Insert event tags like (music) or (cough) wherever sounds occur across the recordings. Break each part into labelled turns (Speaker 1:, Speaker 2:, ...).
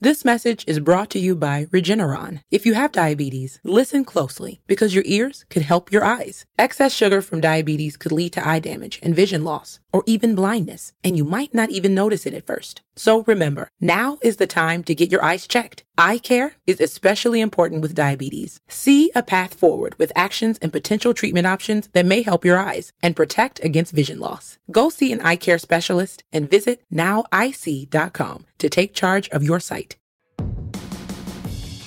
Speaker 1: This message is brought to you by Regeneron. If you have diabetes, listen closely because your ears could help your eyes. Excess sugar from diabetes could lead to eye damage and vision loss or even blindness, and you might not even notice it at first. So remember, now is the time to get your eyes checked. Eye care is especially important with diabetes. See a path forward with actions and potential treatment options that may help your eyes and protect against vision loss. Go see an eye care specialist and visit nowic.com to take charge of your sight.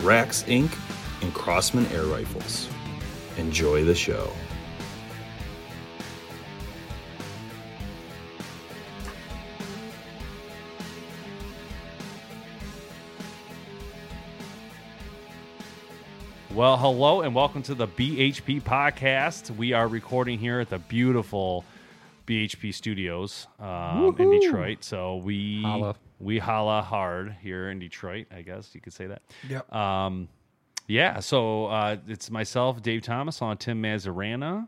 Speaker 2: Rax Inc., and Crossman Air Rifles. Enjoy the show.
Speaker 3: Well, hello and welcome to the BHP podcast. We are recording here at the beautiful BHP Studios um, in Detroit. So we
Speaker 4: Holla.
Speaker 3: we holla hard here in Detroit. I guess you could say that.
Speaker 4: Yep.
Speaker 3: Um, yeah. So uh, it's myself, Dave Thomas, on Tim Mazarana,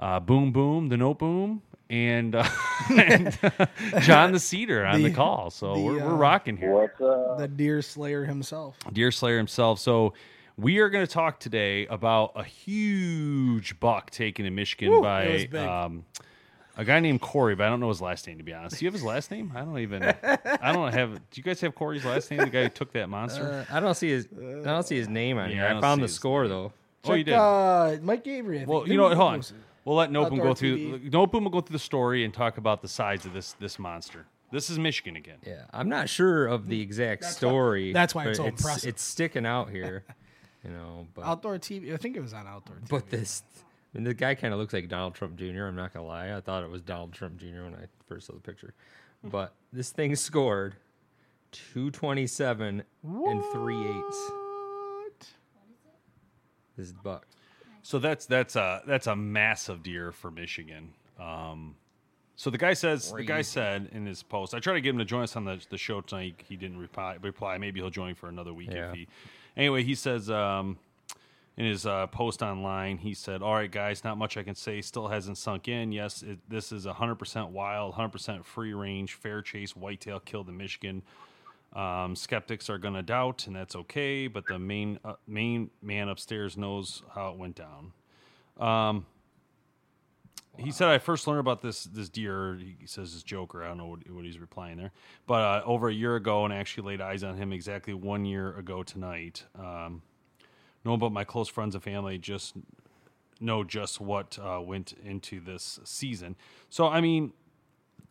Speaker 3: uh, Boom Boom, the Note Boom, and, uh, (laughs)
Speaker 4: (laughs)
Speaker 3: and John the Cedar on the,
Speaker 4: The-
Speaker 3: call. So
Speaker 4: the,
Speaker 3: we're, we're
Speaker 4: uh,
Speaker 3: rocking here.
Speaker 4: the deer slayer himself.
Speaker 3: Deerslayer himself. So we are going to talk today about a huge buck taken in Michigan
Speaker 4: it was
Speaker 3: by
Speaker 4: big.
Speaker 3: um, a guy named Corey, but I don't know his last name to be honest. Do you have his last name? I
Speaker 4: (laughs)
Speaker 3: don't even. I don't have. Do you guys have Corey's last name? The guy who took that monster.
Speaker 5: Uh, I don't see his. I don't see his name on
Speaker 3: Yeah, I
Speaker 5: here.
Speaker 3: don't
Speaker 5: I found
Speaker 3: see
Speaker 5: the
Speaker 3: his
Speaker 5: score though.
Speaker 3: oh, you
Speaker 4: Check,
Speaker 3: did.
Speaker 4: Uh, Mike Gabriel. I
Speaker 3: well,
Speaker 4: think.
Speaker 3: you know,
Speaker 4: Who
Speaker 3: what, hold on.
Speaker 4: knows it?
Speaker 3: We'll let Nopum
Speaker 4: Outdoor
Speaker 3: go through.
Speaker 4: TV.
Speaker 3: Nopum will go through the story and talk about the size of this this monster. This is Michigan again.
Speaker 5: Yeah, I'm not sure of the exact story.
Speaker 4: that's why it's
Speaker 5: but
Speaker 4: so impressive.
Speaker 5: It's sticking out
Speaker 4: (laughs)
Speaker 5: here, you know. But
Speaker 4: Outdoor TV. I think it was on outdoor. TV.
Speaker 3: (laughs)
Speaker 5: (laughs) but this, I mean, the guy kind of looks like Donald Trump Jr. I'm not gonna lie. I thought it was Donald Trump Jr. when I first saw the
Speaker 4: (laughs)
Speaker 5: picture. But this thing scored 227 and three eighths.
Speaker 4: What?
Speaker 5: This buck.
Speaker 3: So that's that's a that's a massive deer for Michigan. Um, so the guy says the guy said in his post. I tried to get him to join us on the, the show tonight. He didn't reply. Reply. Maybe he'll join for another week.
Speaker 5: Yeah.
Speaker 3: If he, anyway, he says um, in his uh, post online, he said, "All right, guys, not much I can say. Still hasn't sunk in. Yes, it, this is 100% wild, 100% free range, fair chase, whitetail killed in Michigan. Um, skeptics are going to doubt, and that's okay. But the main uh, main man upstairs knows how it went down. Um, He said, "I first learned about this this deer." He says, "This Joker." I don't know what, what he's replying there, but uh, over a year ago, and actually laid eyes on him exactly one year ago tonight. Um, no, but my close friends and family just know just what uh, went into this season. So, I mean,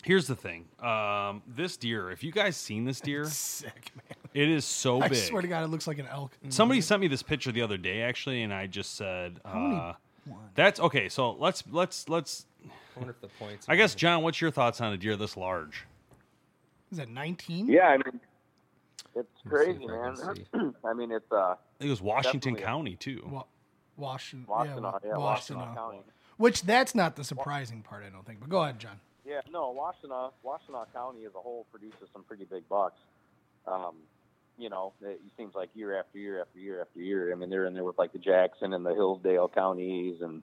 Speaker 3: here's the thing: um, this deer. If you guys seen this deer,
Speaker 4: Sick man.
Speaker 3: it is so
Speaker 4: I
Speaker 3: big. Mm.
Speaker 4: swear to God, it looks like an elk.
Speaker 3: Somebody sent me this picture the other day, actually, and I just said, uh, "That's okay." So let's let's let's.
Speaker 5: I wonder if the points.
Speaker 3: I guess, John, what's your thoughts on a deer this large?
Speaker 4: Is that 19?
Speaker 6: Yeah, I mean, it's
Speaker 5: Let me see
Speaker 6: crazy,
Speaker 5: if I
Speaker 6: man.
Speaker 5: can
Speaker 6: (clears throat) I mean, it's uh,
Speaker 3: I think it was Washington
Speaker 6: Definitely.
Speaker 3: County too.
Speaker 4: Wa- Washington.
Speaker 6: Washtenaw,
Speaker 4: yeah, Wa-
Speaker 6: yeah, Washtenaw,
Speaker 4: Washtenaw.
Speaker 6: County.
Speaker 4: Which that's not the surprising part, I don't think. But go ahead, John.
Speaker 6: Yeah, no, Washtenaw, Washtenaw County as a whole produces some pretty big bucks. Um, you know, it seems like year after year after year after year. I mean, they're in there with like the Jackson and the Hillsdale counties, and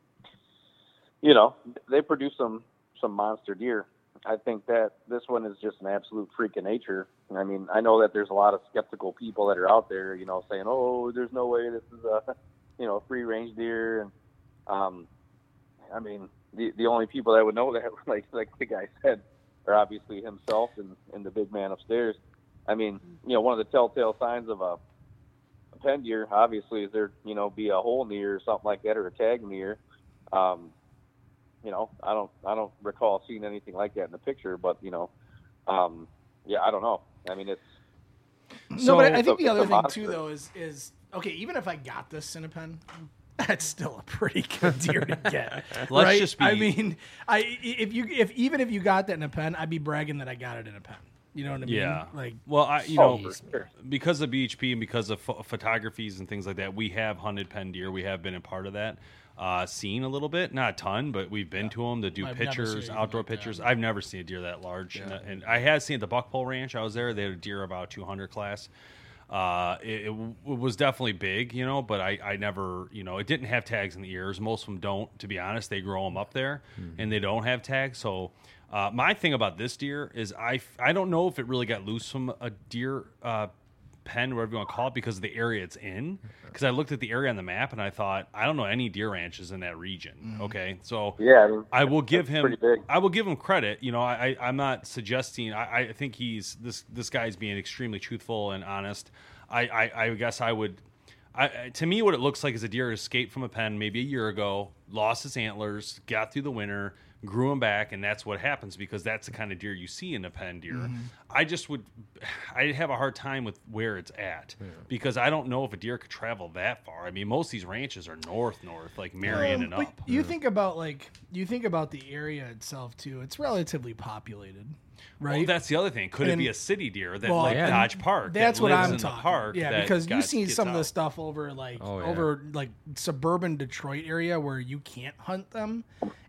Speaker 6: you know, they produce some some monster deer. I think that this one is just an absolute freak of nature. I mean, I know that there's a lot of skeptical people that are out there, you know, saying, "Oh, there's no way this is a, you know, free range deer," and um, I mean, the the only people that would know that, (laughs) like like the guy said, are obviously himself and, and the big man upstairs. I mean, you know, one of the telltale signs of a pen deer, obviously, if there you know be a hole in the ear or something like that, or a tag in the ear, um, you know, I don't I don't recall seeing anything like that in the picture, but you know, um, yeah, I don't know. I mean, it's
Speaker 4: no, but I- I
Speaker 6: So-
Speaker 4: think the other
Speaker 6: it's a
Speaker 4: thing too,
Speaker 6: monster.
Speaker 4: though, is is okay. Even if I got this Cinepen, (laughs) that's still a pretty good deer to get.
Speaker 3: (laughs) Let's
Speaker 4: right?
Speaker 3: just be-
Speaker 4: I mean, I i- if you if even if you got that in a pen, I'd be bragging that I got it in a pen. You know what I mean?
Speaker 3: Yeah.
Speaker 4: Like
Speaker 3: well, I you
Speaker 6: Oh,
Speaker 3: know
Speaker 6: for sure.
Speaker 3: because of BHP and because of ph- photographies and things like that, we have hunted pen deer. We have been a part of that uh, scene a little bit, not a ton, but we've been to 'em to them to do
Speaker 4: I've never seen
Speaker 3: pictures,
Speaker 4: anything
Speaker 3: outdoor
Speaker 4: like that.
Speaker 3: pictures. I've never seen a deer that large, and, and I had seen it at the Buckpole Ranch. I was there; they had a deer about 200 class. Uh, it, it, w- it was definitely big, you know, but I, I never, you know, it didn't have tags in the ears. Most of them don't, to be honest. They grow them up there and they don't have tags. So, uh, my thing about this deer is I, f- I don't know if it really got loose from a deer uh, pen, whatever you want to call it, because of the area it's in. Because I looked at the area on the map and I thought, I don't know any deer ranches in that region. Okay. So,
Speaker 6: yeah. I mean,
Speaker 3: I will give him.
Speaker 6: pretty big.
Speaker 3: I will give him credit. You know, I, I I'm not suggesting. I, I think he's this this guy's being extremely truthful and honest. I I, I guess I would. I, I- to me, what it looks like is a deer escaped from a pen maybe a year ago, lost his antlers, got through the winter, grew them back, and that's what happens because that's the kind of deer you see in a pen deer. I just would, (sighs) I'd have a hard time with where it's at because I don't know if a deer could travel that far. I mean, most of these ranches are north, north, like Marion
Speaker 4: Um,
Speaker 3: and
Speaker 4: but
Speaker 3: up.
Speaker 4: you think about like you think about the area itself too. It's relatively populated, right?
Speaker 3: Well, that's the other thing. Could
Speaker 4: And-
Speaker 3: it be a city deer that
Speaker 4: Well,
Speaker 3: like
Speaker 4: yeah.
Speaker 3: Dodge Park? that
Speaker 4: That's what
Speaker 3: lives
Speaker 4: I'm
Speaker 3: in the
Speaker 4: talking.
Speaker 3: park
Speaker 4: yeah,
Speaker 3: that
Speaker 4: because you
Speaker 3: got-
Speaker 4: see
Speaker 3: gets
Speaker 4: some of the
Speaker 3: out.
Speaker 4: stuff over like
Speaker 5: Oh, yeah.
Speaker 4: over like suburban Detroit area where you can't hunt them,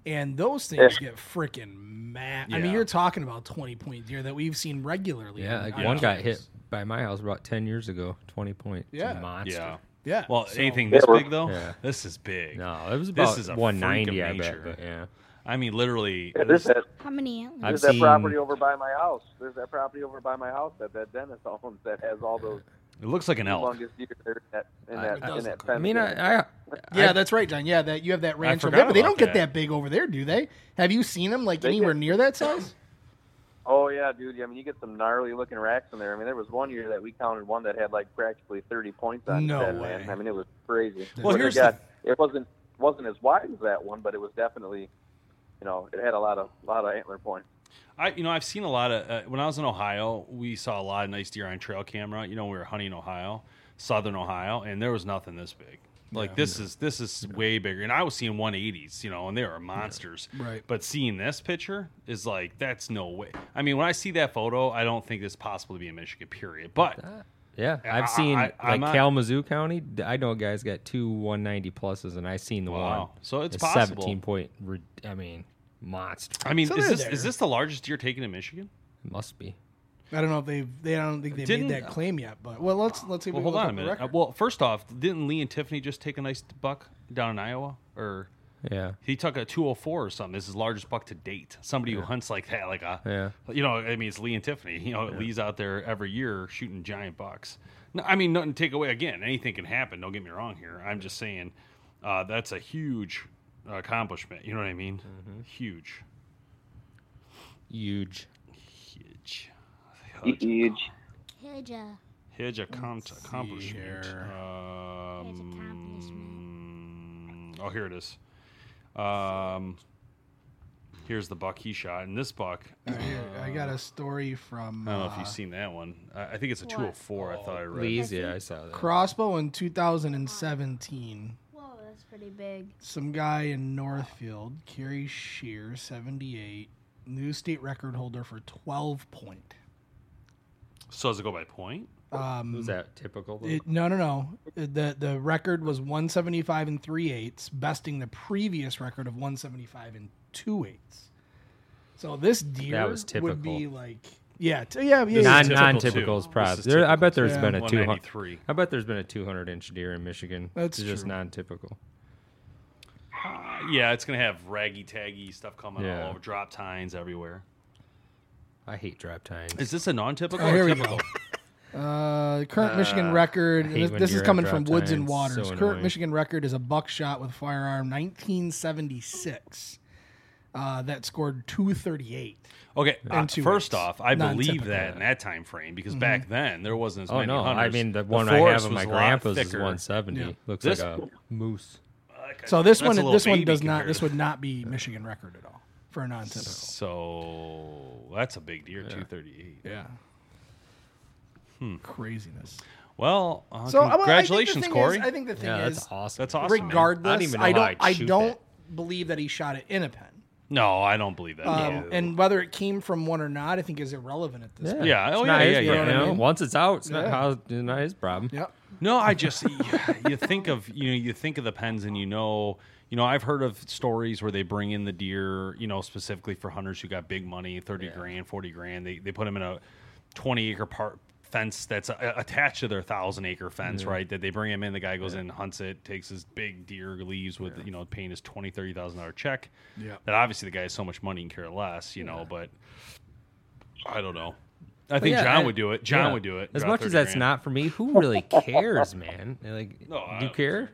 Speaker 4: and those things get freaking mad. I mean,
Speaker 3: Yeah.
Speaker 4: you're talking about twenty point deer that we've seen regularly.
Speaker 5: Yeah,
Speaker 4: on-
Speaker 5: like
Speaker 4: on
Speaker 5: one got
Speaker 4: trails.
Speaker 5: hit by my house about ten years ago, twenty point. It's a
Speaker 4: Yeah.
Speaker 5: monster.
Speaker 3: Yeah.
Speaker 4: Yeah.
Speaker 3: Well,
Speaker 4: so-
Speaker 3: anything this
Speaker 6: Yeah, we're-
Speaker 3: big though?
Speaker 5: Yeah.
Speaker 3: This is big.
Speaker 5: No, it
Speaker 3: This
Speaker 5: was
Speaker 3: is
Speaker 5: about
Speaker 3: a freak of
Speaker 5: one ninety. I
Speaker 3: nature.
Speaker 5: bet, but yeah.
Speaker 3: I mean, literally.
Speaker 6: yeah, there's
Speaker 3: this-
Speaker 6: that
Speaker 7: How many antlers?
Speaker 5: I've
Speaker 6: there's that
Speaker 5: seen-
Speaker 6: property over by my house. There's that property over by my house that that dentist (laughs) owns that has all those
Speaker 3: it looks like an elk.
Speaker 6: longest deer in that in
Speaker 5: I-
Speaker 6: that,
Speaker 4: It does
Speaker 6: in that
Speaker 4: look-
Speaker 6: fence.
Speaker 5: I mean, I, I
Speaker 4: yeah, that's right, John. Yeah, that you have that ranch. over
Speaker 3: forgot
Speaker 4: there, but they
Speaker 3: about
Speaker 4: don't get
Speaker 3: that.
Speaker 4: that big over there, do they? Have you seen them like
Speaker 6: They
Speaker 4: anywhere
Speaker 6: get-
Speaker 4: near that size?
Speaker 6: Oh yeah, dude. I mean, you get some gnarly looking racks in there. I mean, there was one year that we counted one that had like practically 30 points on
Speaker 4: No
Speaker 6: it. that,
Speaker 4: way.
Speaker 6: Man. I mean, it was crazy.
Speaker 3: Well,
Speaker 6: But
Speaker 3: here's
Speaker 6: it, got- it wasn't wasn't as wide as that one, but it was definitely, you know, it had a lot of lot of antler points.
Speaker 3: I, you know, I've seen a lot of. Uh, when I was in Ohio, we saw a lot of nice deer on trail camera. You know, we were hunting Ohio, southern Ohio, and there was nothing this big. Like this is this is way bigger, and I was seeing 180s, you know, and they were monsters.
Speaker 4: Right.
Speaker 3: But seeing this picture is like that's no way. I mean, when I see that photo, I don't think it's possible to be in Michigan. Period. But
Speaker 5: yeah,
Speaker 3: I-
Speaker 5: I've seen
Speaker 3: I- I'm
Speaker 5: like
Speaker 3: not-
Speaker 5: Kalamazoo County. d- I know a guy's got two one ninety pluses, and I seen the
Speaker 3: Wow.
Speaker 5: one.
Speaker 3: So it's
Speaker 5: a
Speaker 3: possible.
Speaker 5: seventeen point. re- I mean, monster.
Speaker 3: I mean,
Speaker 4: So
Speaker 3: is
Speaker 4: they're
Speaker 3: this is
Speaker 4: there.
Speaker 3: this the largest deer taken in Michigan?
Speaker 5: It must be.
Speaker 4: I don't know if they they I don't think they
Speaker 3: Didn't-
Speaker 4: made that claim yet. But well, let's let's see. if
Speaker 3: Well,
Speaker 4: we can
Speaker 3: hold
Speaker 4: look
Speaker 3: on
Speaker 4: up
Speaker 3: a
Speaker 4: the
Speaker 3: minute. Uh,
Speaker 4: record.
Speaker 3: well, first off, didn't Lee and Tiffany just take a nice buck down in Iowa? Or
Speaker 5: Yeah.
Speaker 3: he took a 204 or something. This is his largest buck to date. Somebody who hunts like that, like a,
Speaker 5: Yeah.
Speaker 3: you know, I mean, it's Lee and Tiffany. You know, Lee's out there every year shooting giant bucks. No, I mean, nothing to take away. Again, anything can happen. Don't get me wrong here. I'm just saying uh, that's a huge accomplishment. You know what I mean? Huge.
Speaker 5: Huge.
Speaker 3: Huge.
Speaker 8: Oh,
Speaker 6: Huge.
Speaker 7: Huge, uh,
Speaker 3: Huge accom- accomplishment.
Speaker 4: here.
Speaker 3: Um,
Speaker 7: huge accomplishment.
Speaker 3: Oh, here it is. Um, here's the buck he shot, and this buck. I
Speaker 4: All right, here, I got a story from
Speaker 3: don't know if
Speaker 4: uh,
Speaker 3: you've seen that one. I, I think it's a
Speaker 7: What?
Speaker 3: 204. I thought I read.
Speaker 5: Lee's. Yeah, I saw that.
Speaker 4: crossbow in 2017.
Speaker 7: Whoa, that's pretty big.
Speaker 4: Some guy in Northfield, Kerry Shear, 78, new state record holder for 12 point.
Speaker 3: So does it go by point?
Speaker 4: Um,
Speaker 5: Was that typical? Though?
Speaker 4: it- no, no, no. The the record was 175 and three eighths, besting the previous record of 175 and two eighths. So this deer
Speaker 5: was
Speaker 4: would be
Speaker 5: typical.
Speaker 4: like, yeah, t- yeah, yeah. yeah.
Speaker 5: non
Speaker 3: typical,
Speaker 5: non typical
Speaker 3: too.
Speaker 5: is probably.
Speaker 3: This is
Speaker 5: There, I
Speaker 3: typical,
Speaker 5: bet there's
Speaker 4: too.
Speaker 5: been a two hundred.
Speaker 3: 193.
Speaker 5: I bet there's been a two hundred inch deer in Michigan.
Speaker 4: That's
Speaker 5: it's just
Speaker 4: true.
Speaker 5: non typical.
Speaker 3: Uh, yeah, it's gonna have raggy taggy stuff coming
Speaker 5: Yeah.
Speaker 3: all over, drop tines everywhere.
Speaker 5: I hate drop times.
Speaker 3: Is this a non-typical?
Speaker 4: Oh, here
Speaker 3: or
Speaker 4: we
Speaker 3: typical?
Speaker 4: go. Uh, current Michigan record.
Speaker 5: hate
Speaker 4: This,
Speaker 5: when
Speaker 4: this is
Speaker 5: deer
Speaker 4: coming
Speaker 5: have
Speaker 4: from
Speaker 5: drop
Speaker 4: Woods and
Speaker 5: tines,
Speaker 4: Waters.
Speaker 5: so
Speaker 4: current
Speaker 5: annoying.
Speaker 4: Michigan record is a buckshot with firearm, 1976. uh, that scored 238.
Speaker 3: Okay, uh,
Speaker 4: two
Speaker 3: first
Speaker 4: weeks.
Speaker 3: off, I believe
Speaker 4: Non-typical. Mm-hmm.
Speaker 3: that in that time frame because back then there wasn't as
Speaker 5: Oh
Speaker 3: many
Speaker 5: no!
Speaker 3: hunters.
Speaker 5: I mean, the one I have
Speaker 3: forest
Speaker 5: of
Speaker 3: was
Speaker 5: my
Speaker 3: a lot
Speaker 5: grandpa's is
Speaker 3: thicker.
Speaker 5: 170.
Speaker 4: Yeah.
Speaker 5: Looks
Speaker 3: This-
Speaker 5: like a moose.
Speaker 4: So this
Speaker 3: That's a
Speaker 4: one,
Speaker 3: little
Speaker 4: this one
Speaker 3: baby
Speaker 4: does not.
Speaker 3: compared.
Speaker 4: This would not be Michigan record at all for a non-typical.
Speaker 3: So that's a big deer, 238.
Speaker 4: Yeah. Craziness.
Speaker 3: Well, uh,
Speaker 4: So well, I think the
Speaker 3: congratulations,
Speaker 4: thing
Speaker 3: Corey.
Speaker 4: Is, I think the thing
Speaker 5: Yeah,
Speaker 4: is,
Speaker 5: that's awesome.
Speaker 3: That's awesome. man.
Speaker 4: regardless, I don't,
Speaker 5: even know
Speaker 4: I
Speaker 5: how
Speaker 4: don't,
Speaker 5: I'd shoot
Speaker 4: believe that he shot it in a pen.
Speaker 3: No, I don't believe that.
Speaker 4: Um,
Speaker 3: No.
Speaker 4: And whether it came from one or not, I think is irrelevant at this. point.
Speaker 3: Yeah, oh,
Speaker 5: it's
Speaker 3: yeah,
Speaker 5: not his
Speaker 3: yeah, yeah,
Speaker 5: problem,
Speaker 3: yeah.
Speaker 5: you know? Once it's out, it's
Speaker 4: Yeah.
Speaker 5: not, how, it's not his problem.
Speaker 4: Yep.
Speaker 3: No, I just you think of you know you think of the pens and you know you know I've heard of stories where they bring in the deer you know specifically for hunters who got big money thirty grand forty grand they they put them in a twenty acre part fence that's a, attached to their thousand acre fence right that they bring him in the guy goes in hunts it takes his big deer leaves with you know paying his twenty thirty thousand dollar check
Speaker 4: Yeah.
Speaker 3: that obviously the guy has so much money and care less you know but I don't know I think
Speaker 5: yeah,
Speaker 3: John
Speaker 5: I-
Speaker 3: would do it John
Speaker 5: yeah.
Speaker 3: would do it
Speaker 5: As
Speaker 3: drop
Speaker 5: much
Speaker 3: 30
Speaker 5: as that's
Speaker 3: grand.
Speaker 5: not for me, who really cares, man? Like,
Speaker 3: No, I
Speaker 5: do you
Speaker 3: don't
Speaker 5: care?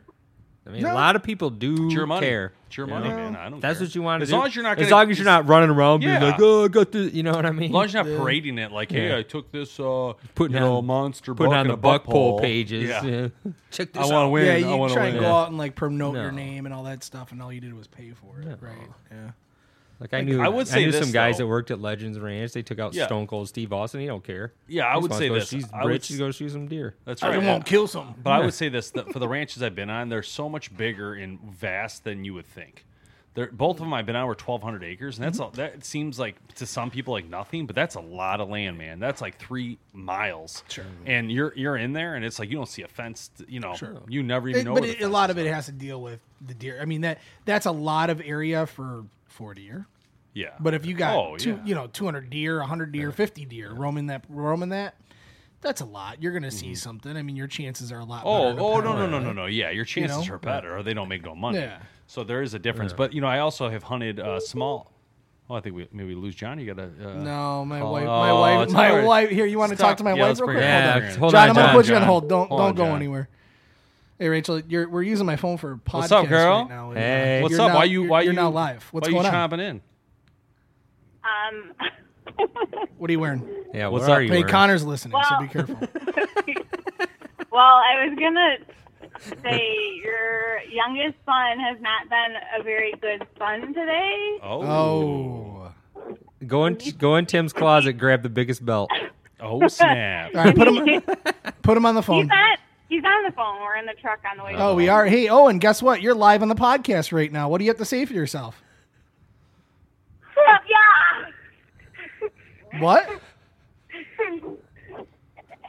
Speaker 5: I mean,
Speaker 4: No.
Speaker 5: a lot of people do
Speaker 3: It's your money.
Speaker 5: care.
Speaker 3: It's your
Speaker 5: you
Speaker 3: money,
Speaker 5: know?
Speaker 3: man. I don't.
Speaker 5: That's
Speaker 3: care.
Speaker 5: what you want to
Speaker 3: As
Speaker 5: do.
Speaker 3: long as you're not.
Speaker 5: as
Speaker 3: gonna-
Speaker 5: long as you're not running around being
Speaker 3: Yeah.
Speaker 5: like, oh, I got this. You know what I mean?
Speaker 3: As long as you're not parading it like, hey,
Speaker 5: Yeah.
Speaker 3: I took this uh,
Speaker 5: Putting
Speaker 3: you know,
Speaker 5: on-
Speaker 3: monster
Speaker 5: putting
Speaker 3: buck
Speaker 5: on
Speaker 3: in
Speaker 5: the
Speaker 3: a buck
Speaker 5: buck poll
Speaker 3: pole.
Speaker 5: pages.
Speaker 3: Yeah.
Speaker 5: yeah. Check this
Speaker 3: I
Speaker 5: out.
Speaker 3: want to win.
Speaker 4: Yeah,
Speaker 3: I
Speaker 4: you
Speaker 3: want to
Speaker 4: try and
Speaker 3: win.
Speaker 4: go out and like promote your
Speaker 5: No.
Speaker 4: name and all that stuff, and all you did was pay for it, right? Yeah.
Speaker 5: Like I knew,
Speaker 3: I
Speaker 5: I
Speaker 3: would
Speaker 5: would
Speaker 3: say
Speaker 5: knew
Speaker 3: this,
Speaker 5: some guys
Speaker 3: though.
Speaker 5: that worked at Legends Ranch. They took out
Speaker 3: Yeah.
Speaker 5: Stone Cold Steve Austin. He don't care.
Speaker 3: Yeah, I
Speaker 5: He just
Speaker 3: would
Speaker 5: wants
Speaker 3: say
Speaker 5: to go-
Speaker 3: this.
Speaker 5: He's
Speaker 3: I would
Speaker 5: rich.
Speaker 3: s-
Speaker 5: to go shoot some deer.
Speaker 3: That's
Speaker 4: I
Speaker 3: right.
Speaker 4: won't kill some.
Speaker 3: But I would say this that for the ranches I've been on, they're so much bigger and vast than you would think. They're, both of them I've been on were 1,200 acres, and that's
Speaker 5: Mm-hmm.
Speaker 3: all, that seems like to some people like nothing, but that's a lot of land, man. That's like three miles. Sure. And you're you're in there, and it's like you don't see a fence. t- You know, you never even
Speaker 4: It-
Speaker 3: know.
Speaker 4: but
Speaker 3: where the
Speaker 4: it, a lot of
Speaker 3: fences
Speaker 4: it
Speaker 3: are.
Speaker 4: has to deal with the deer. I mean that that's a lot of area for forty deer.
Speaker 3: Yeah.
Speaker 4: But if you got
Speaker 3: Oh,
Speaker 4: two,
Speaker 3: yeah.
Speaker 4: you know, two hundred deer, hundred deer, fifty deer roaming that roaming that, that's a lot. You're gonna see something. I mean, your chances are a lot.
Speaker 3: Mm-hmm. Oh,
Speaker 4: better to
Speaker 3: oh
Speaker 4: pound
Speaker 3: no, no,
Speaker 4: it.
Speaker 3: no, no, no. Yeah, your chances
Speaker 4: know?
Speaker 3: are better, or they don't make no money.
Speaker 4: Yeah.
Speaker 3: So there is a difference. But you know, I also have hunted uh, small. Oh, I think we maybe we lose John. You got to. Uh,
Speaker 4: No, my
Speaker 3: Oh,
Speaker 4: wife, my wife,
Speaker 3: it's
Speaker 4: my
Speaker 3: all right.
Speaker 4: wife. Here, you want to
Speaker 3: Stop.
Speaker 4: talk to my
Speaker 3: Yeah,
Speaker 4: wife
Speaker 3: let's
Speaker 4: real
Speaker 3: bring
Speaker 4: quick?
Speaker 3: her
Speaker 5: Yeah,
Speaker 3: in.
Speaker 5: let's hold
Speaker 4: John,
Speaker 5: on,
Speaker 4: I'm gonna
Speaker 5: John,
Speaker 4: put you on
Speaker 3: John.
Speaker 4: hold. Don't
Speaker 3: Hold
Speaker 4: don't
Speaker 3: on,
Speaker 4: go
Speaker 3: John.
Speaker 4: anywhere. Hey Rachel, you're we're using my phone for a podcast
Speaker 3: What's up, girl?
Speaker 4: right now. and,
Speaker 5: Hey.
Speaker 4: uh,
Speaker 3: What's
Speaker 4: you're
Speaker 3: up?
Speaker 4: Now,
Speaker 3: why you?
Speaker 4: you're-
Speaker 3: Why
Speaker 4: you're
Speaker 3: you
Speaker 4: now live? What's
Speaker 3: why
Speaker 4: going
Speaker 3: you
Speaker 4: on?
Speaker 3: chomping in?
Speaker 9: Um,
Speaker 4: What are you wearing?
Speaker 5: Yeah,
Speaker 3: What's
Speaker 5: where
Speaker 3: up?
Speaker 5: are you?
Speaker 4: Hey,
Speaker 5: Ernie?
Speaker 4: Connor's listening, so be
Speaker 9: Wow.
Speaker 4: careful.
Speaker 9: (laughs) well, I was gonna say your youngest son has not been a very good son today.
Speaker 3: Oh,
Speaker 4: Oh.
Speaker 5: Go in, go in Tim's closet, grab the biggest belt.
Speaker 4: (laughs)
Speaker 3: oh snap!
Speaker 4: All right, put him put him on the phone.
Speaker 9: He's not. He's on the phone. We're in the truck on the way.
Speaker 4: Oh, we are. Hey, Owen, guess what? You're live on the podcast right now. What do you have to say for yourself?
Speaker 9: yeah. (laughs)
Speaker 4: What?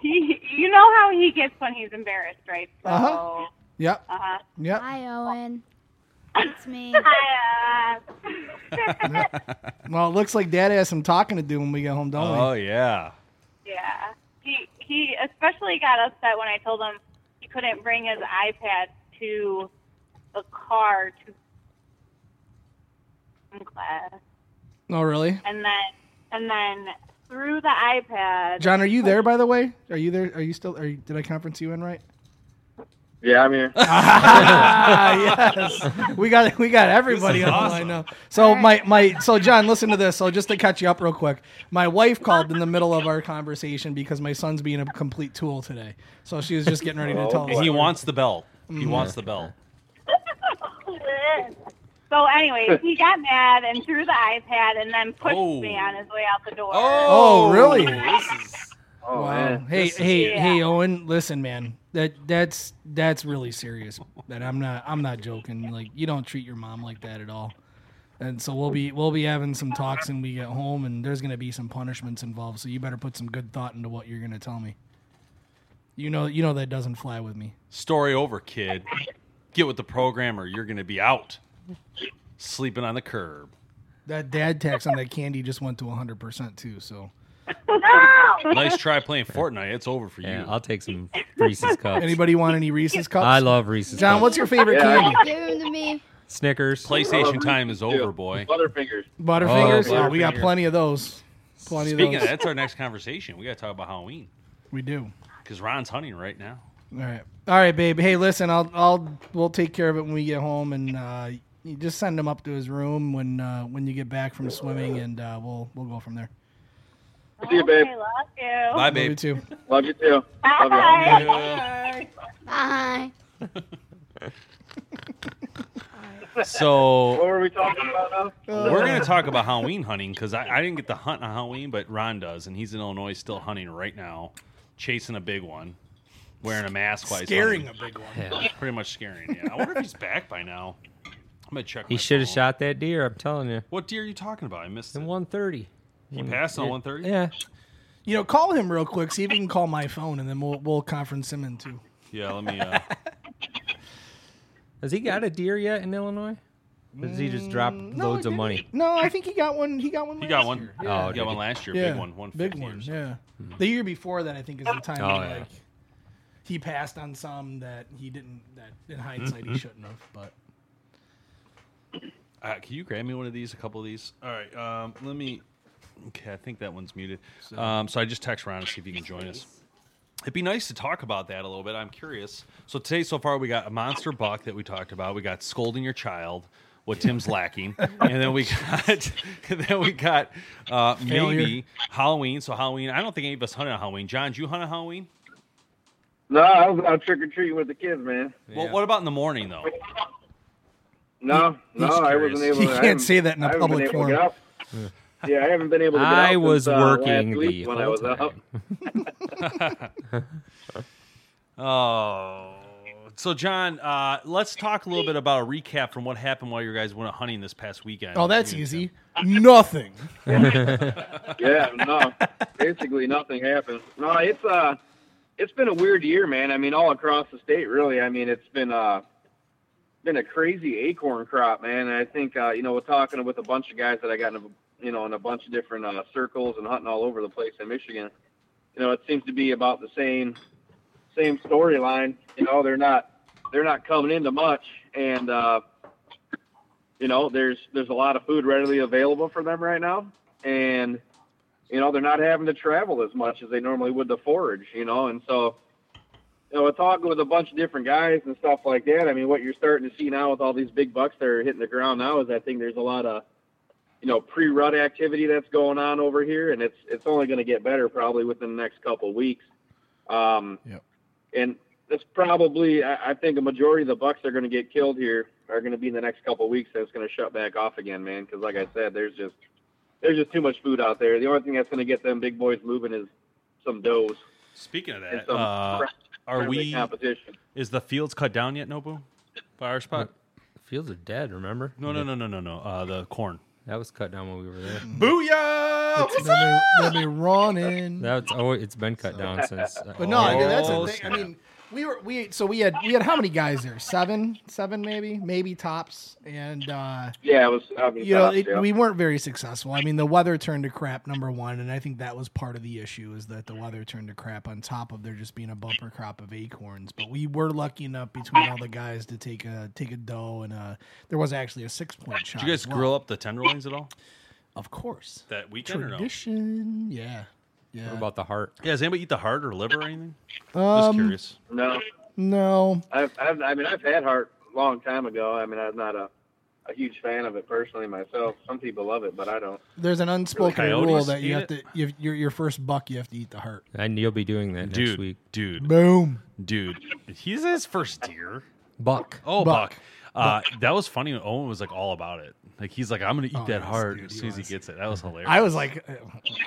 Speaker 9: He, you know how he gets when he's embarrassed, right? So,
Speaker 4: Uh-huh. Yep.
Speaker 9: uh-huh.
Speaker 4: Yep.
Speaker 7: Hi, Owen. It's me.
Speaker 9: Hi, (laughs) uh,
Speaker 4: Well, it looks like Dad has some talking to do when we get home, don't
Speaker 3: Oh yeah.
Speaker 9: Yeah. He he especially got upset when I told him he couldn't bring his iPad to the car to swim class.
Speaker 4: we? Oh, really?
Speaker 9: And then and then through the iPad
Speaker 4: (laughs)
Speaker 9: (laughs)
Speaker 4: John, are you there? By the way, are you there? Are you still? Are you, did I conference you in right? (laughs)
Speaker 6: Yeah, I'm here.
Speaker 8: Oh,
Speaker 4: Ah, yes. We got we got everybody on the line now. So my my so John, listen to this. So just to catch you up real quick, my wife called in the middle of our conversation because my son's being a complete tool today. So she was just getting ready to tell us.
Speaker 3: And he wants the belt. He
Speaker 4: Mm-hmm.
Speaker 3: wants the belt.
Speaker 9: So anyways, he got mad and threw the iPad and then pushed
Speaker 3: Oh.
Speaker 9: me on his way out the door.
Speaker 4: Oh, really?
Speaker 3: This is
Speaker 6: Oh,
Speaker 8: eh,
Speaker 4: Wow.
Speaker 6: man.
Speaker 4: Hey, hey,
Speaker 9: Yeah.
Speaker 4: hey, Owen. Listen, man. That that's that's really serious. That I'm not I'm not joking. Like you don't treat your mom like that at all. And so we'll be we'll be having some talks when we get home, and there's gonna be some punishments involved. So you better put some good thought into what you're gonna tell me. You know you know that doesn't fly with me.
Speaker 3: story over, kid. Get with the programmer. You're gonna be out sleeping on the curb.
Speaker 4: That dad tax on that candy just went to 100 percent too. So
Speaker 9: No!
Speaker 3: Nice try
Speaker 4: (laughs)
Speaker 3: playing Fortnite. It's over for you.
Speaker 5: Yeah, I'll take some
Speaker 3: (laughs)
Speaker 5: Reese's cups.
Speaker 4: anybody want any Reese's cups?
Speaker 5: I love Reese's.
Speaker 4: John.
Speaker 5: cups.
Speaker 4: What's your favorite
Speaker 6: Yeah.
Speaker 9: Oh,
Speaker 4: candy?
Speaker 7: Give him to me.
Speaker 5: Snickers?
Speaker 3: PlayStation time is over, boy.
Speaker 6: Butterfingers.
Speaker 4: Butterfingers.
Speaker 5: Oh,
Speaker 4: Oh, we got
Speaker 5: Butterfinger.
Speaker 4: plenty of those. Plenty
Speaker 3: Speaking
Speaker 4: of
Speaker 3: of
Speaker 4: those.
Speaker 3: that, that's our next conversation. We got to talk about Halloween
Speaker 4: we do.
Speaker 3: because Ron's hunting right now.
Speaker 4: All right, all right, babe. Hey, listen, I'll I'll we'll take care of it when we get home, and uh, you just send him up to his room when uh, when you get back from swimming, and uh, we'll we'll go from there.
Speaker 8: See you, babe.
Speaker 9: I love you.
Speaker 4: Love you too.
Speaker 8: Love you too. Love you.
Speaker 9: Bye. Bye.
Speaker 3: So
Speaker 4: (laughs)
Speaker 8: What were we talking about now?
Speaker 3: we're gonna talk about Halloween hunting because I, I didn't get to hunt on Halloween, but Ron does, and he's in Illinois still hunting right now, chasing a big one, wearing a mask while he's
Speaker 4: Scaring
Speaker 3: hunting.
Speaker 4: a big one.
Speaker 5: Yeah.
Speaker 3: pretty much scaring. Yeah, I wonder if he's back by now. I'm gonna check.
Speaker 5: He
Speaker 3: my
Speaker 5: should have
Speaker 3: phone.
Speaker 5: shot that deer. I'm telling you.
Speaker 3: What deer are you talking about? I missed
Speaker 5: In
Speaker 3: it.
Speaker 5: 130.
Speaker 3: He passed on
Speaker 5: Yeah.
Speaker 3: 130.
Speaker 5: Yeah.
Speaker 4: You know, call him real quick. See if he can call my phone, and then we'll we'll conference him in too.
Speaker 3: Yeah, let me. Uh,
Speaker 5: Has he got a deer yet in Illinois? Or Does he just drop
Speaker 4: no,
Speaker 5: loads of
Speaker 4: didn't.
Speaker 5: money?
Speaker 4: No, I think he got one. He got one.
Speaker 3: he got
Speaker 4: last
Speaker 3: one.
Speaker 4: year.
Speaker 3: He
Speaker 5: Oh, did
Speaker 3: got one
Speaker 5: he?
Speaker 3: last year.
Speaker 4: yeah,
Speaker 3: Big one. One
Speaker 4: big
Speaker 3: fifty or
Speaker 4: one.
Speaker 3: something.
Speaker 4: Yeah, the year before that, I think is the time.
Speaker 5: Oh,
Speaker 4: when,
Speaker 5: yeah.
Speaker 4: like, he passed on some that he didn't. That in hindsight, he shouldn't have. But
Speaker 3: Uh, can you grab me one of these? A couple of these. All right. Um, let me. Okay, I think that one's muted. Um, so I just text Ron to see if he can join us. It'd be nice to talk about that a little bit. I'm curious. So today, so far, we got a monster buck that we talked about. We got scolding your child, what (laughs) Tim's lacking, and then we got, (laughs) and then we got uh,
Speaker 4: Failure.
Speaker 3: maybe Halloween. So Halloween. I don't think any of us hunted on Halloween. John, did you hunt on Halloween?
Speaker 8: No, I was out trick or treating with the kids, man.
Speaker 3: Well,
Speaker 5: Yeah.
Speaker 3: what about in the morning though?
Speaker 8: No, no,
Speaker 3: he's
Speaker 8: I wasn't
Speaker 3: curious.
Speaker 8: able.
Speaker 4: You
Speaker 8: to, I
Speaker 4: can't
Speaker 8: haven't-
Speaker 4: say that in a
Speaker 8: I haven't been
Speaker 4: public
Speaker 8: able to get
Speaker 4: forum.
Speaker 8: out. Yeah, I haven't been able to. Get out
Speaker 5: I
Speaker 8: since,
Speaker 5: was
Speaker 8: uh, last
Speaker 5: working
Speaker 8: week
Speaker 5: the
Speaker 8: when I
Speaker 5: whole
Speaker 8: was out.
Speaker 5: time.
Speaker 3: Oh, so John, uh, let's talk a little bit about a recap from what happened while you guys went hunting this past weekend.
Speaker 4: oh, that's
Speaker 3: You-
Speaker 4: easy.
Speaker 3: (laughs)
Speaker 4: Nothing.
Speaker 8: yeah, no. Basically, nothing happened. No, it's uh, it's been a weird year, man. I mean, all across the state, really. I mean, it's been uh, been a crazy acorn crop, man. And I think uh, you know, we're talking with a bunch of guys that I got in, a, you know, in a bunch of different uh, circles and hunting all over the place in Michigan. You know, it seems to be about the same same storyline. You know, they're not they're not coming into much, and uh, you know, there's there's a lot of food readily available for them right now, and you know, they're not having to travel as much as they normally would to forage, you know, and so, you know, talking with a bunch of different guys and stuff like that. I mean, what you're starting to see now with all these big bucks that are hitting the ground now is I think there's a lot of, you know, pre-rut activity that's going on over here, and it's it's only going to get better probably within the next couple of weeks. Um,
Speaker 4: Yep.
Speaker 8: And that's probably I, I think a majority of the bucks that are going to get killed here are going to be in the next couple of weeks. That's going to shut back off again, man, because like I said, there's just there's just too much food out there. The only thing that's going to get them big boys moving is some does
Speaker 3: Speaking of
Speaker 8: and
Speaker 3: that,
Speaker 8: some
Speaker 3: uh,
Speaker 8: friendly
Speaker 3: are we?
Speaker 8: competition.
Speaker 3: Is the fields cut down yet, Nobu? By our spot?
Speaker 5: The fields are dead, remember?
Speaker 3: No, no, no, no, no, no. Uh, the corn.
Speaker 5: That was cut down when we were there.
Speaker 3: Booyah!
Speaker 4: It's- They'll be, they'll be running.
Speaker 5: That's always it's been cut down since. uh,
Speaker 4: But no, I- that's (laughs)
Speaker 3: Oh,
Speaker 4: the thing. I mean, we were we so we had we had how many guys there? Seven, seven maybe, maybe tops. And uh,
Speaker 8: Yeah, it was. I mean,
Speaker 4: you know,
Speaker 8: tough, yeah.
Speaker 4: it, we weren't very successful. I mean, the weather turned to crap number one, and I think that was part of the issue is that the weather turned to crap on top of there just being a bumper crop of acorns. But we were lucky enough between all the guys to take a take a doe and uh there was actually a six point shot.
Speaker 3: Did you guys
Speaker 4: as well.
Speaker 3: grill up the tenderloins at all
Speaker 4: Of course.
Speaker 3: that weekend or no? Yeah,
Speaker 4: Tradition. Yeah. Yeah.
Speaker 5: What about the heart?
Speaker 3: does anybody eat the heart or liver or anything? Just
Speaker 4: Um,
Speaker 3: curious.
Speaker 8: no,
Speaker 4: no.
Speaker 8: I've, I've, I mean, I've had heart a long time ago. I mean, I'm not a, a huge fan of it personally myself. Some people love it, but I don't.
Speaker 4: There's an unspoken
Speaker 3: Coyotes
Speaker 4: rule that
Speaker 3: eat
Speaker 4: you have
Speaker 3: it?
Speaker 4: to you, your your first buck you have to eat the heart.
Speaker 5: And you'll be doing that next
Speaker 3: Dude,
Speaker 5: week.
Speaker 3: dude,
Speaker 4: Boom.
Speaker 3: dude. He's his first deer.
Speaker 5: Buck.
Speaker 3: Oh,
Speaker 4: Buck.
Speaker 3: Buck. Uh, That was funny. when Owen was like all about it. Like he's like, I'm gonna eat
Speaker 4: Oh,
Speaker 3: that
Speaker 4: yes,
Speaker 3: heart
Speaker 4: dude,
Speaker 3: as
Speaker 4: he
Speaker 3: soon as he
Speaker 4: was.
Speaker 3: gets it. That was hilarious.
Speaker 4: I was like,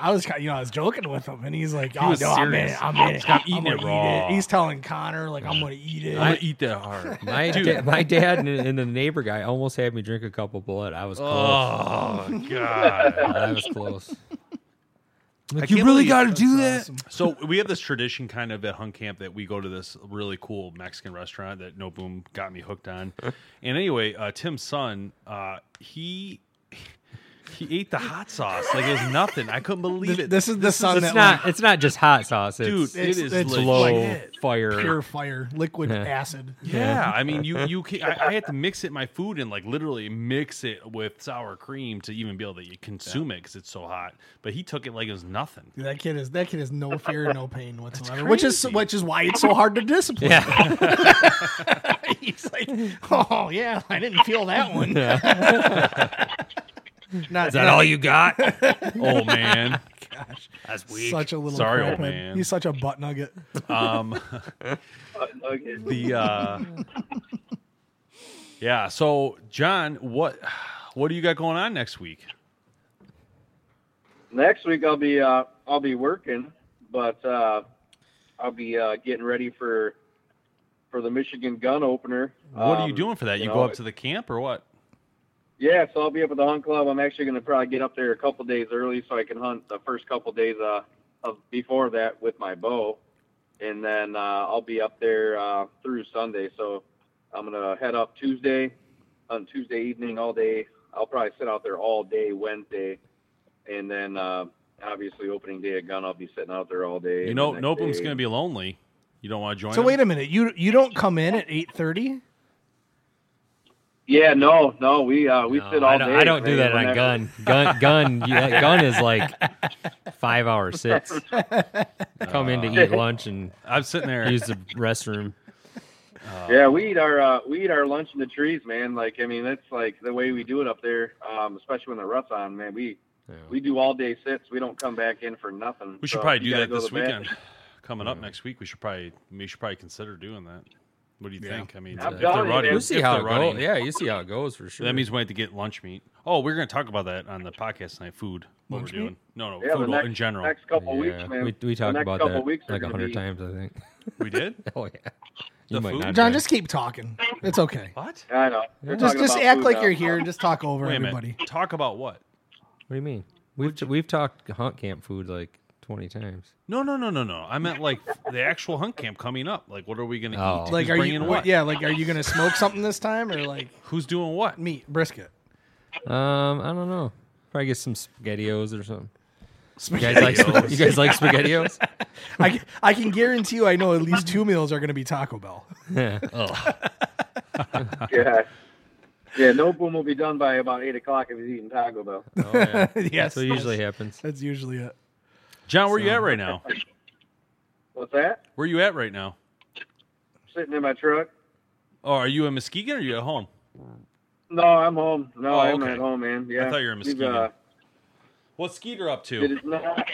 Speaker 4: I was kind, you know, I was joking with him, and he's like,
Speaker 3: He
Speaker 4: "Oh
Speaker 3: was
Speaker 4: no, I'm in
Speaker 3: serious.
Speaker 4: it, I'm in it,
Speaker 3: Stop
Speaker 4: I'm
Speaker 3: eating
Speaker 4: gonna
Speaker 3: it
Speaker 4: eat
Speaker 3: raw."
Speaker 4: He's telling Connor like, "I'm gonna eat it."
Speaker 3: I'm gonna eat that heart.
Speaker 4: (laughs)
Speaker 5: My, da- my dad and, and the neighbor guy almost had me drink a cup of blood. I was close.
Speaker 3: Oh (laughs) god.
Speaker 5: I was close.
Speaker 3: you can't really believe- gotta
Speaker 5: do
Speaker 4: That's awesome.
Speaker 3: so we have this tradition kind of at Hunk Camp that we go to this really cool Mexican restaurant that No Boom got me hooked (laughs) on. And anyway, uh, Tim's son, uh, he (laughs) he ate the hot sauce like it was nothing. I couldn't believe
Speaker 4: This,
Speaker 3: it.
Speaker 4: this is the son
Speaker 5: It's
Speaker 4: that
Speaker 5: not.
Speaker 4: like,
Speaker 5: It's not just hot sauce. It's
Speaker 3: Dude,
Speaker 4: it's-
Speaker 3: it is
Speaker 4: it's
Speaker 3: legit.
Speaker 5: slow
Speaker 4: like
Speaker 5: fire.
Speaker 4: pure fire, liquid
Speaker 5: Yeah.
Speaker 4: acid.
Speaker 3: Yeah, I
Speaker 4: (laughs)
Speaker 3: mean, you you can, I, I had to mix it in my food and like literally mix it with sour cream to even be able to consume it 'cause it because it's so hot. But he took it like it was nothing.
Speaker 4: Dude, that kid is that kid is no fear, no pain whatsoever. Which is
Speaker 3: crazy.
Speaker 4: which is why it's so hard to discipline.
Speaker 5: Yeah.
Speaker 4: (laughs) He's like, oh yeah, I didn't feel that one. (laughs) Not-
Speaker 3: Is that all
Speaker 4: (laughs)
Speaker 3: you got? oh man,
Speaker 4: Gosh.
Speaker 3: that's weak.
Speaker 4: Such a little
Speaker 3: Sorry,
Speaker 4: crap
Speaker 3: old
Speaker 4: head.
Speaker 3: man.
Speaker 4: He's (laughs) such a butt nugget.
Speaker 3: Um, the uh, yeah. So, John, what what do you got going on next week?
Speaker 8: Next week I'll be uh, I'll be working, but uh, I'll be uh, getting ready for for the Michigan gun opener.
Speaker 3: What are you
Speaker 8: Um,
Speaker 3: doing for that? You,
Speaker 8: know,
Speaker 3: go up to the camp or what?
Speaker 8: Yeah, so I'll be up at the hunt club. I'm actually going to probably get up there a couple days early so I can hunt the first couple days uh, of before that with my bow, and then uh, I'll be up there uh, through Sunday. So I'm going to head up Tuesday, on Tuesday evening all day. I'll probably sit out there all day Wednesday, and then uh, obviously opening day of gun, I'll be sitting out there all day.
Speaker 3: You
Speaker 8: and
Speaker 3: know,
Speaker 8: the next
Speaker 3: Nopum's
Speaker 8: day-
Speaker 3: going to be lonely. You don't want to join.
Speaker 4: So
Speaker 3: him?
Speaker 4: wait a minute. You you don't come in at eight thirty?
Speaker 8: Yeah, no, no, we uh, we (laughs) sit all
Speaker 5: I don't,
Speaker 8: day.
Speaker 5: I don't do
Speaker 8: man,
Speaker 5: that on
Speaker 8: whenever-
Speaker 5: gun. Gun, gun, yeah, gun is like five hour sits. Come in to eat lunch and
Speaker 3: I'm
Speaker 4: (laughs)
Speaker 3: sitting there.
Speaker 5: Use the restroom.
Speaker 8: Yeah, we eat our uh, we eat our lunch in the trees, man. Like I mean, that's like the way we do it up there, um, especially when the rut's on, man. We we do all day sits. We don't come back in for nothing.
Speaker 3: We should
Speaker 8: So
Speaker 3: probably
Speaker 8: you
Speaker 3: do
Speaker 8: gotta
Speaker 3: that
Speaker 8: go to
Speaker 3: this
Speaker 8: the bathroom.
Speaker 3: weekend. Coming up next week, we should probably we should probably consider doing that. What do you
Speaker 5: Yeah.
Speaker 3: think? I mean,
Speaker 5: I'm
Speaker 3: if
Speaker 5: down
Speaker 3: they're
Speaker 5: with it,
Speaker 3: running,
Speaker 5: man. We'll see
Speaker 3: if
Speaker 5: how
Speaker 3: they're
Speaker 5: it go-
Speaker 3: running,
Speaker 5: yeah, you see how it goes for sure.
Speaker 3: That means we have to get lunch meat. Oh, we're going to talk about that on the podcast tonight. Food, what
Speaker 5: Lunch
Speaker 3: we're doing.
Speaker 5: meat?
Speaker 3: No, no,
Speaker 8: Yeah, the
Speaker 3: food
Speaker 8: next-
Speaker 3: in general.
Speaker 8: next couple weeks,
Speaker 5: Yeah,
Speaker 8: man.
Speaker 5: we, we
Speaker 8: The
Speaker 5: talked
Speaker 8: next
Speaker 5: about
Speaker 8: couple
Speaker 5: that
Speaker 8: weeks are
Speaker 5: like a
Speaker 8: gonna
Speaker 5: hundred
Speaker 8: be-
Speaker 5: times, I think. (laughs)
Speaker 3: We
Speaker 8: (laughs)
Speaker 3: did.
Speaker 5: oh yeah. You might
Speaker 3: food?
Speaker 5: not
Speaker 4: John,
Speaker 5: know.
Speaker 4: just keep talking. It's okay.
Speaker 3: What?
Speaker 8: I know.
Speaker 5: We're
Speaker 4: Just
Speaker 5: talking
Speaker 4: just
Speaker 5: about
Speaker 4: act
Speaker 5: food
Speaker 4: like
Speaker 5: now.
Speaker 4: you're here and just talk over
Speaker 3: Wait a minute.
Speaker 4: everybody.
Speaker 3: Talk about what?
Speaker 5: What do you mean? We've we've talked hunt camp food like twenty times.
Speaker 3: No, no, no, no, no. I meant like the actual hunt camp coming up. Like, what are we going to
Speaker 5: Oh.
Speaker 3: eat?
Speaker 4: Like
Speaker 3: Who's
Speaker 4: are you
Speaker 3: bringing what?
Speaker 4: yeah, like are you gonna smoke something this time or like
Speaker 3: Who's doing what?
Speaker 4: meat, brisket?
Speaker 5: Um, I don't know. Probably get some spaghettios or something.
Speaker 4: (laughs)
Speaker 5: You guys like
Speaker 4: Spaghettios.
Speaker 5: you guys like (laughs) spaghettios?
Speaker 4: I, ca- I can guarantee you I know at least two meals are gonna be Taco Bell. (laughs)
Speaker 5: yeah. Oh.
Speaker 8: Yeah, yeah. No boom will be done by about eight o'clock if he's eating Taco Bell.
Speaker 5: (laughs) Oh, yeah.
Speaker 4: Yes.
Speaker 5: That's what usually happens.
Speaker 4: That's usually it.
Speaker 3: John, where you at right now?
Speaker 8: What's that?
Speaker 3: Where you at right now?
Speaker 8: Sitting in my truck.
Speaker 3: Oh, are you in Muskegon or are you at home?
Speaker 8: No, I'm home. No,
Speaker 3: Oh,
Speaker 8: I'm
Speaker 3: okay.
Speaker 8: at home, man. Yeah,
Speaker 3: I thought you were in
Speaker 8: He's,
Speaker 3: Muskegon.
Speaker 8: uh,
Speaker 3: What's Skeeter up
Speaker 8: It
Speaker 3: to?
Speaker 8: is not.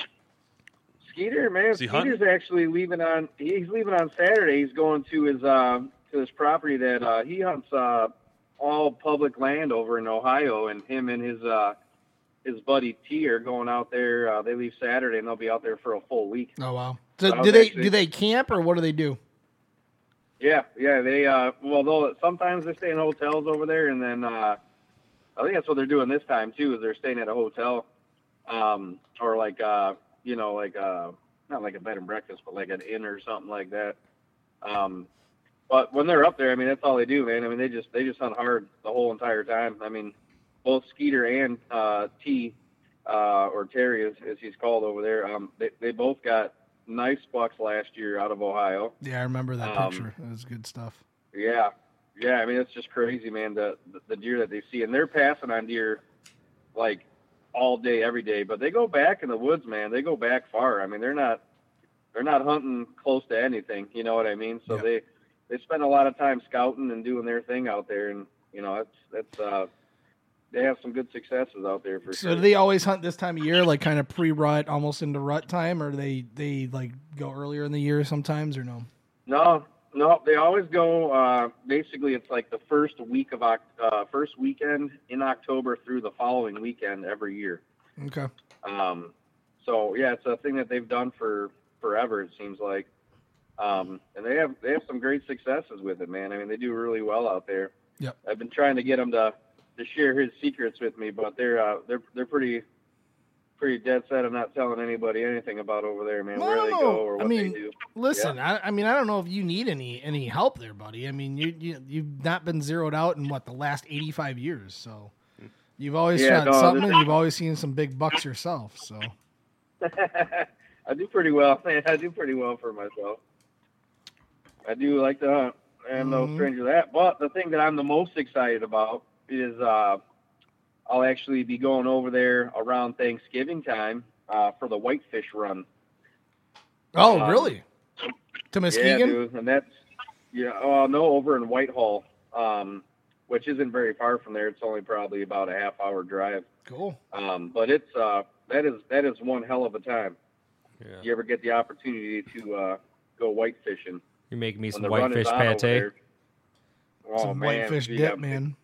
Speaker 8: Skeeter, man,
Speaker 3: Is he hunting?
Speaker 8: Skeeter's actually leaving on. He's leaving on Saturday. He's going to his uh, to his property that uh, he hunts uh, all public land over in Ohio, and him and his uh, his buddy T are going out there. Uh, they leave Saturday, and they'll be out there for a full week.
Speaker 4: Oh wow.
Speaker 8: I
Speaker 4: So
Speaker 8: was
Speaker 4: do they
Speaker 8: actually-
Speaker 4: do they camp or what do they do?
Speaker 8: Yeah, yeah. They uh, well, they'll sometimes they stay in hotels over there, and then uh, I think that's what they're doing this time too. Is they're staying at a hotel, um, or like uh, you know, like uh, not like a bed and breakfast, but like an inn or something like that. Um, but when they're up there, I mean, that's all they do, man. I mean, they just they just hunt hard the whole entire time. I mean, both Skeeter and uh, T uh, or Terry, as, as he's called over there, um, they they both got nice bucks last year out of Ohio.
Speaker 4: Yeah, I remember that
Speaker 8: Um,
Speaker 4: picture. That was good stuff.
Speaker 8: Yeah, yeah. I mean, it's just crazy, man. The the- the deer that they see, and they're passing on deer like all day, every day. But they go back in the woods, man. They go back far. I mean, they're not they're not hunting close to anything. You know what I mean? So
Speaker 4: Yeah.
Speaker 8: they they spend a lot of time scouting and doing their thing out there, and you know, that's that's uh, they have some good successes out there for
Speaker 4: So
Speaker 8: sure.
Speaker 4: do they always hunt this time of year, like kind of pre rut, almost into rut time, or do they they like go earlier in the year sometimes or no?
Speaker 8: No, no, they always go. Uh, basically, it's like the first week of Oc- uh, first weekend in October through the following weekend every year.
Speaker 4: Okay.
Speaker 8: Um, so yeah, it's a thing that they've done for forever. It seems like, um, and they have they have some great successes with it, man. I mean, they do really well out there.
Speaker 4: Yep.
Speaker 8: I've been trying to get him to to share his secrets with me, but they're uh, they're they're pretty pretty dead set on not telling anybody anything about over there, man.
Speaker 4: No,
Speaker 8: where
Speaker 4: no,
Speaker 8: they
Speaker 4: no.
Speaker 8: go or what
Speaker 4: I mean,
Speaker 8: they do.
Speaker 4: listen, I, I mean, I don't know if you need any any help there, buddy. I mean, you, you you've not been zeroed out in what the last eighty five years, so you've always
Speaker 8: Yeah,
Speaker 4: shot
Speaker 8: no,
Speaker 4: something.
Speaker 8: this-
Speaker 4: and You've always seen some big bucks yourself. So
Speaker 8: I do pretty well, (laughs) man. I do pretty well for myself. I do like to hunt. I'm no
Speaker 4: Mhm.
Speaker 8: stranger to that. But the thing that I'm the most excited about is uh, I'll actually be going over there around Thanksgiving time uh, for the whitefish run.
Speaker 4: oh
Speaker 8: Um,
Speaker 4: really? To
Speaker 8: Yeah,
Speaker 4: Muskegon?
Speaker 8: dude, and that's Yeah, uh, no, over in Whitehall, um, which isn't very far from there. It's only probably about a half hour drive.
Speaker 4: Cool.
Speaker 8: Um, but it's uh, that is that is one hell of a time.
Speaker 5: Yeah.
Speaker 8: You ever get the opportunity to uh, go white fishing?
Speaker 5: You make me
Speaker 8: When
Speaker 5: some
Speaker 8: the run
Speaker 5: whitefish
Speaker 8: is on over
Speaker 5: pate.
Speaker 8: there. Oh
Speaker 4: Some
Speaker 8: man,
Speaker 4: whitefish
Speaker 8: you
Speaker 3: um,
Speaker 4: dip,
Speaker 8: got
Speaker 4: man.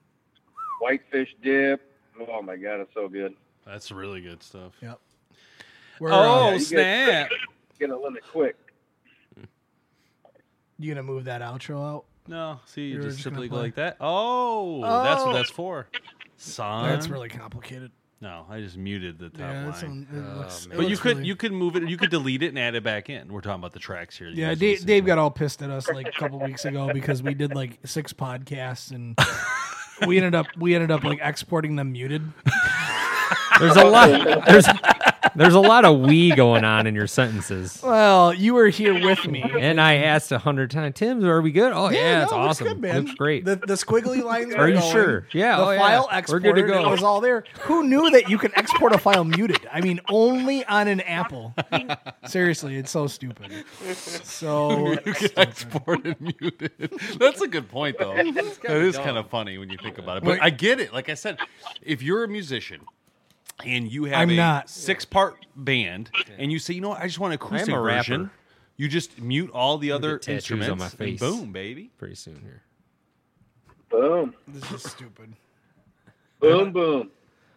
Speaker 8: Whitefish dip. Oh my god, it's so good.
Speaker 3: That's really good stuff.
Speaker 4: Yep. uh,
Speaker 3: Oh,
Speaker 8: you get-
Speaker 3: snap.
Speaker 8: (laughs) Get a limit quick.
Speaker 4: You gonna move that outro out?
Speaker 3: No, see, you
Speaker 4: You're
Speaker 3: just
Speaker 4: just gonna
Speaker 3: simply go
Speaker 4: play.
Speaker 3: like that. Oh, that's what
Speaker 4: Oh.
Speaker 3: that's for. Son.
Speaker 4: That's really complicated.
Speaker 3: No, I just muted the top
Speaker 4: Yeah, that's
Speaker 3: line.
Speaker 4: on- it Oh, looks- it
Speaker 3: but you
Speaker 4: looks
Speaker 3: could
Speaker 4: really-
Speaker 3: you could move it. You could delete it and add it back in. We're talking about the tracks here. You
Speaker 4: Yeah,
Speaker 3: guys
Speaker 4: Dave,
Speaker 3: listen
Speaker 4: Dave got all pissed at us like a couple weeks ago because we did like six podcasts and we ended up we ended up like exporting them muted.
Speaker 5: There's a lot. There's there's a lot of we going on in your sentences.
Speaker 4: Well, you were here with me.
Speaker 5: And I asked a hundred times, Tim, are we good? Oh yeah, it's
Speaker 4: no, it looks
Speaker 5: awesome.
Speaker 4: good, man.
Speaker 5: Looks great.
Speaker 4: The, the squiggly lines.
Speaker 5: Are
Speaker 4: were
Speaker 5: you
Speaker 4: going.
Speaker 5: sure? Yeah,
Speaker 4: The
Speaker 5: oh, yeah.
Speaker 4: file
Speaker 5: We're
Speaker 4: export.
Speaker 5: good to go.
Speaker 4: It was all there. Who knew that you can export a file muted? I mean, only on an Apple. Seriously, it's so stupid. So
Speaker 5: (laughs)
Speaker 3: You (laughs) can export it muted. That's a good point, though.
Speaker 4: That's
Speaker 3: that
Speaker 4: kinda
Speaker 3: is
Speaker 4: dumb.
Speaker 3: kind of funny when you think about it. But
Speaker 4: Wait.
Speaker 3: I get it. Like I said, if you're a musician and you have
Speaker 4: I'm
Speaker 3: a
Speaker 4: not.
Speaker 3: six-part band, and you say, you know what, I just want an acoustic
Speaker 5: a rapper.
Speaker 3: version, you just mute all the other
Speaker 5: tattoos on
Speaker 3: instruments.
Speaker 5: my
Speaker 3: and
Speaker 5: face.
Speaker 3: boom, baby.
Speaker 5: Pretty soon here.
Speaker 8: Boom.
Speaker 4: This is stupid.
Speaker 8: Boom, boom.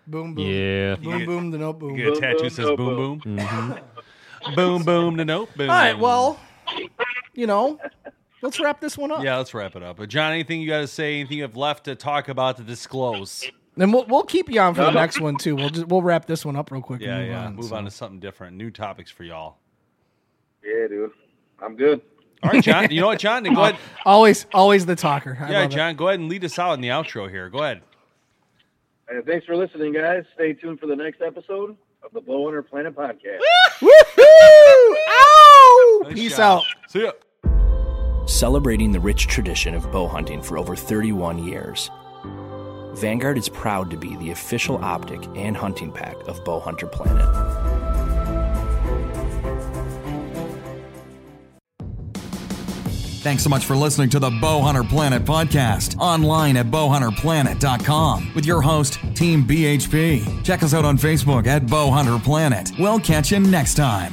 Speaker 4: Boom boom.
Speaker 5: Yeah.
Speaker 4: Boom boom. The note boom.
Speaker 3: You get a
Speaker 4: Boom,
Speaker 3: tattoo
Speaker 4: boom, Mm-hmm.
Speaker 3: says
Speaker 4: no
Speaker 3: boom boom. (laughs) boom boom the note boom.
Speaker 4: All right. Well, you know, let's wrap this one up.
Speaker 3: Yeah, let's wrap it up. But John, anything you got to say? Anything you have left to talk about to disclose?
Speaker 4: Then we'll we'll keep you on for the
Speaker 3: No.
Speaker 4: next one too. We'll just we'll wrap this one up real quick.
Speaker 3: Yeah,
Speaker 4: and move
Speaker 3: yeah.
Speaker 4: On,
Speaker 3: Move
Speaker 4: so.
Speaker 3: on to something different. New topics for y'all.
Speaker 8: Yeah, dude. I'm good.
Speaker 3: All right, John. You know
Speaker 4: (laughs)
Speaker 3: what, John? Go ahead.
Speaker 4: Always always the talker. Oh, I
Speaker 3: Yeah,
Speaker 4: love it.
Speaker 3: John. Go ahead and lead us out in the outro here. Go ahead.
Speaker 8: Uh, thanks for listening, guys. Stay tuned for the next episode of the Bowhunter Planet Podcast.
Speaker 4: Peace out.
Speaker 3: See ya.
Speaker 10: Celebrating the rich tradition of bow hunting for over 31 years, Vanguard is proud to be the official optic and hunting pack of Bowhunter Planet.
Speaker 11: Thanks so much for listening to the Bowhunter Planet podcast online at bowhunterplanet.com with your host, Team BHP. Check us out on Facebook at Bowhunter Planet. We'll catch you next time.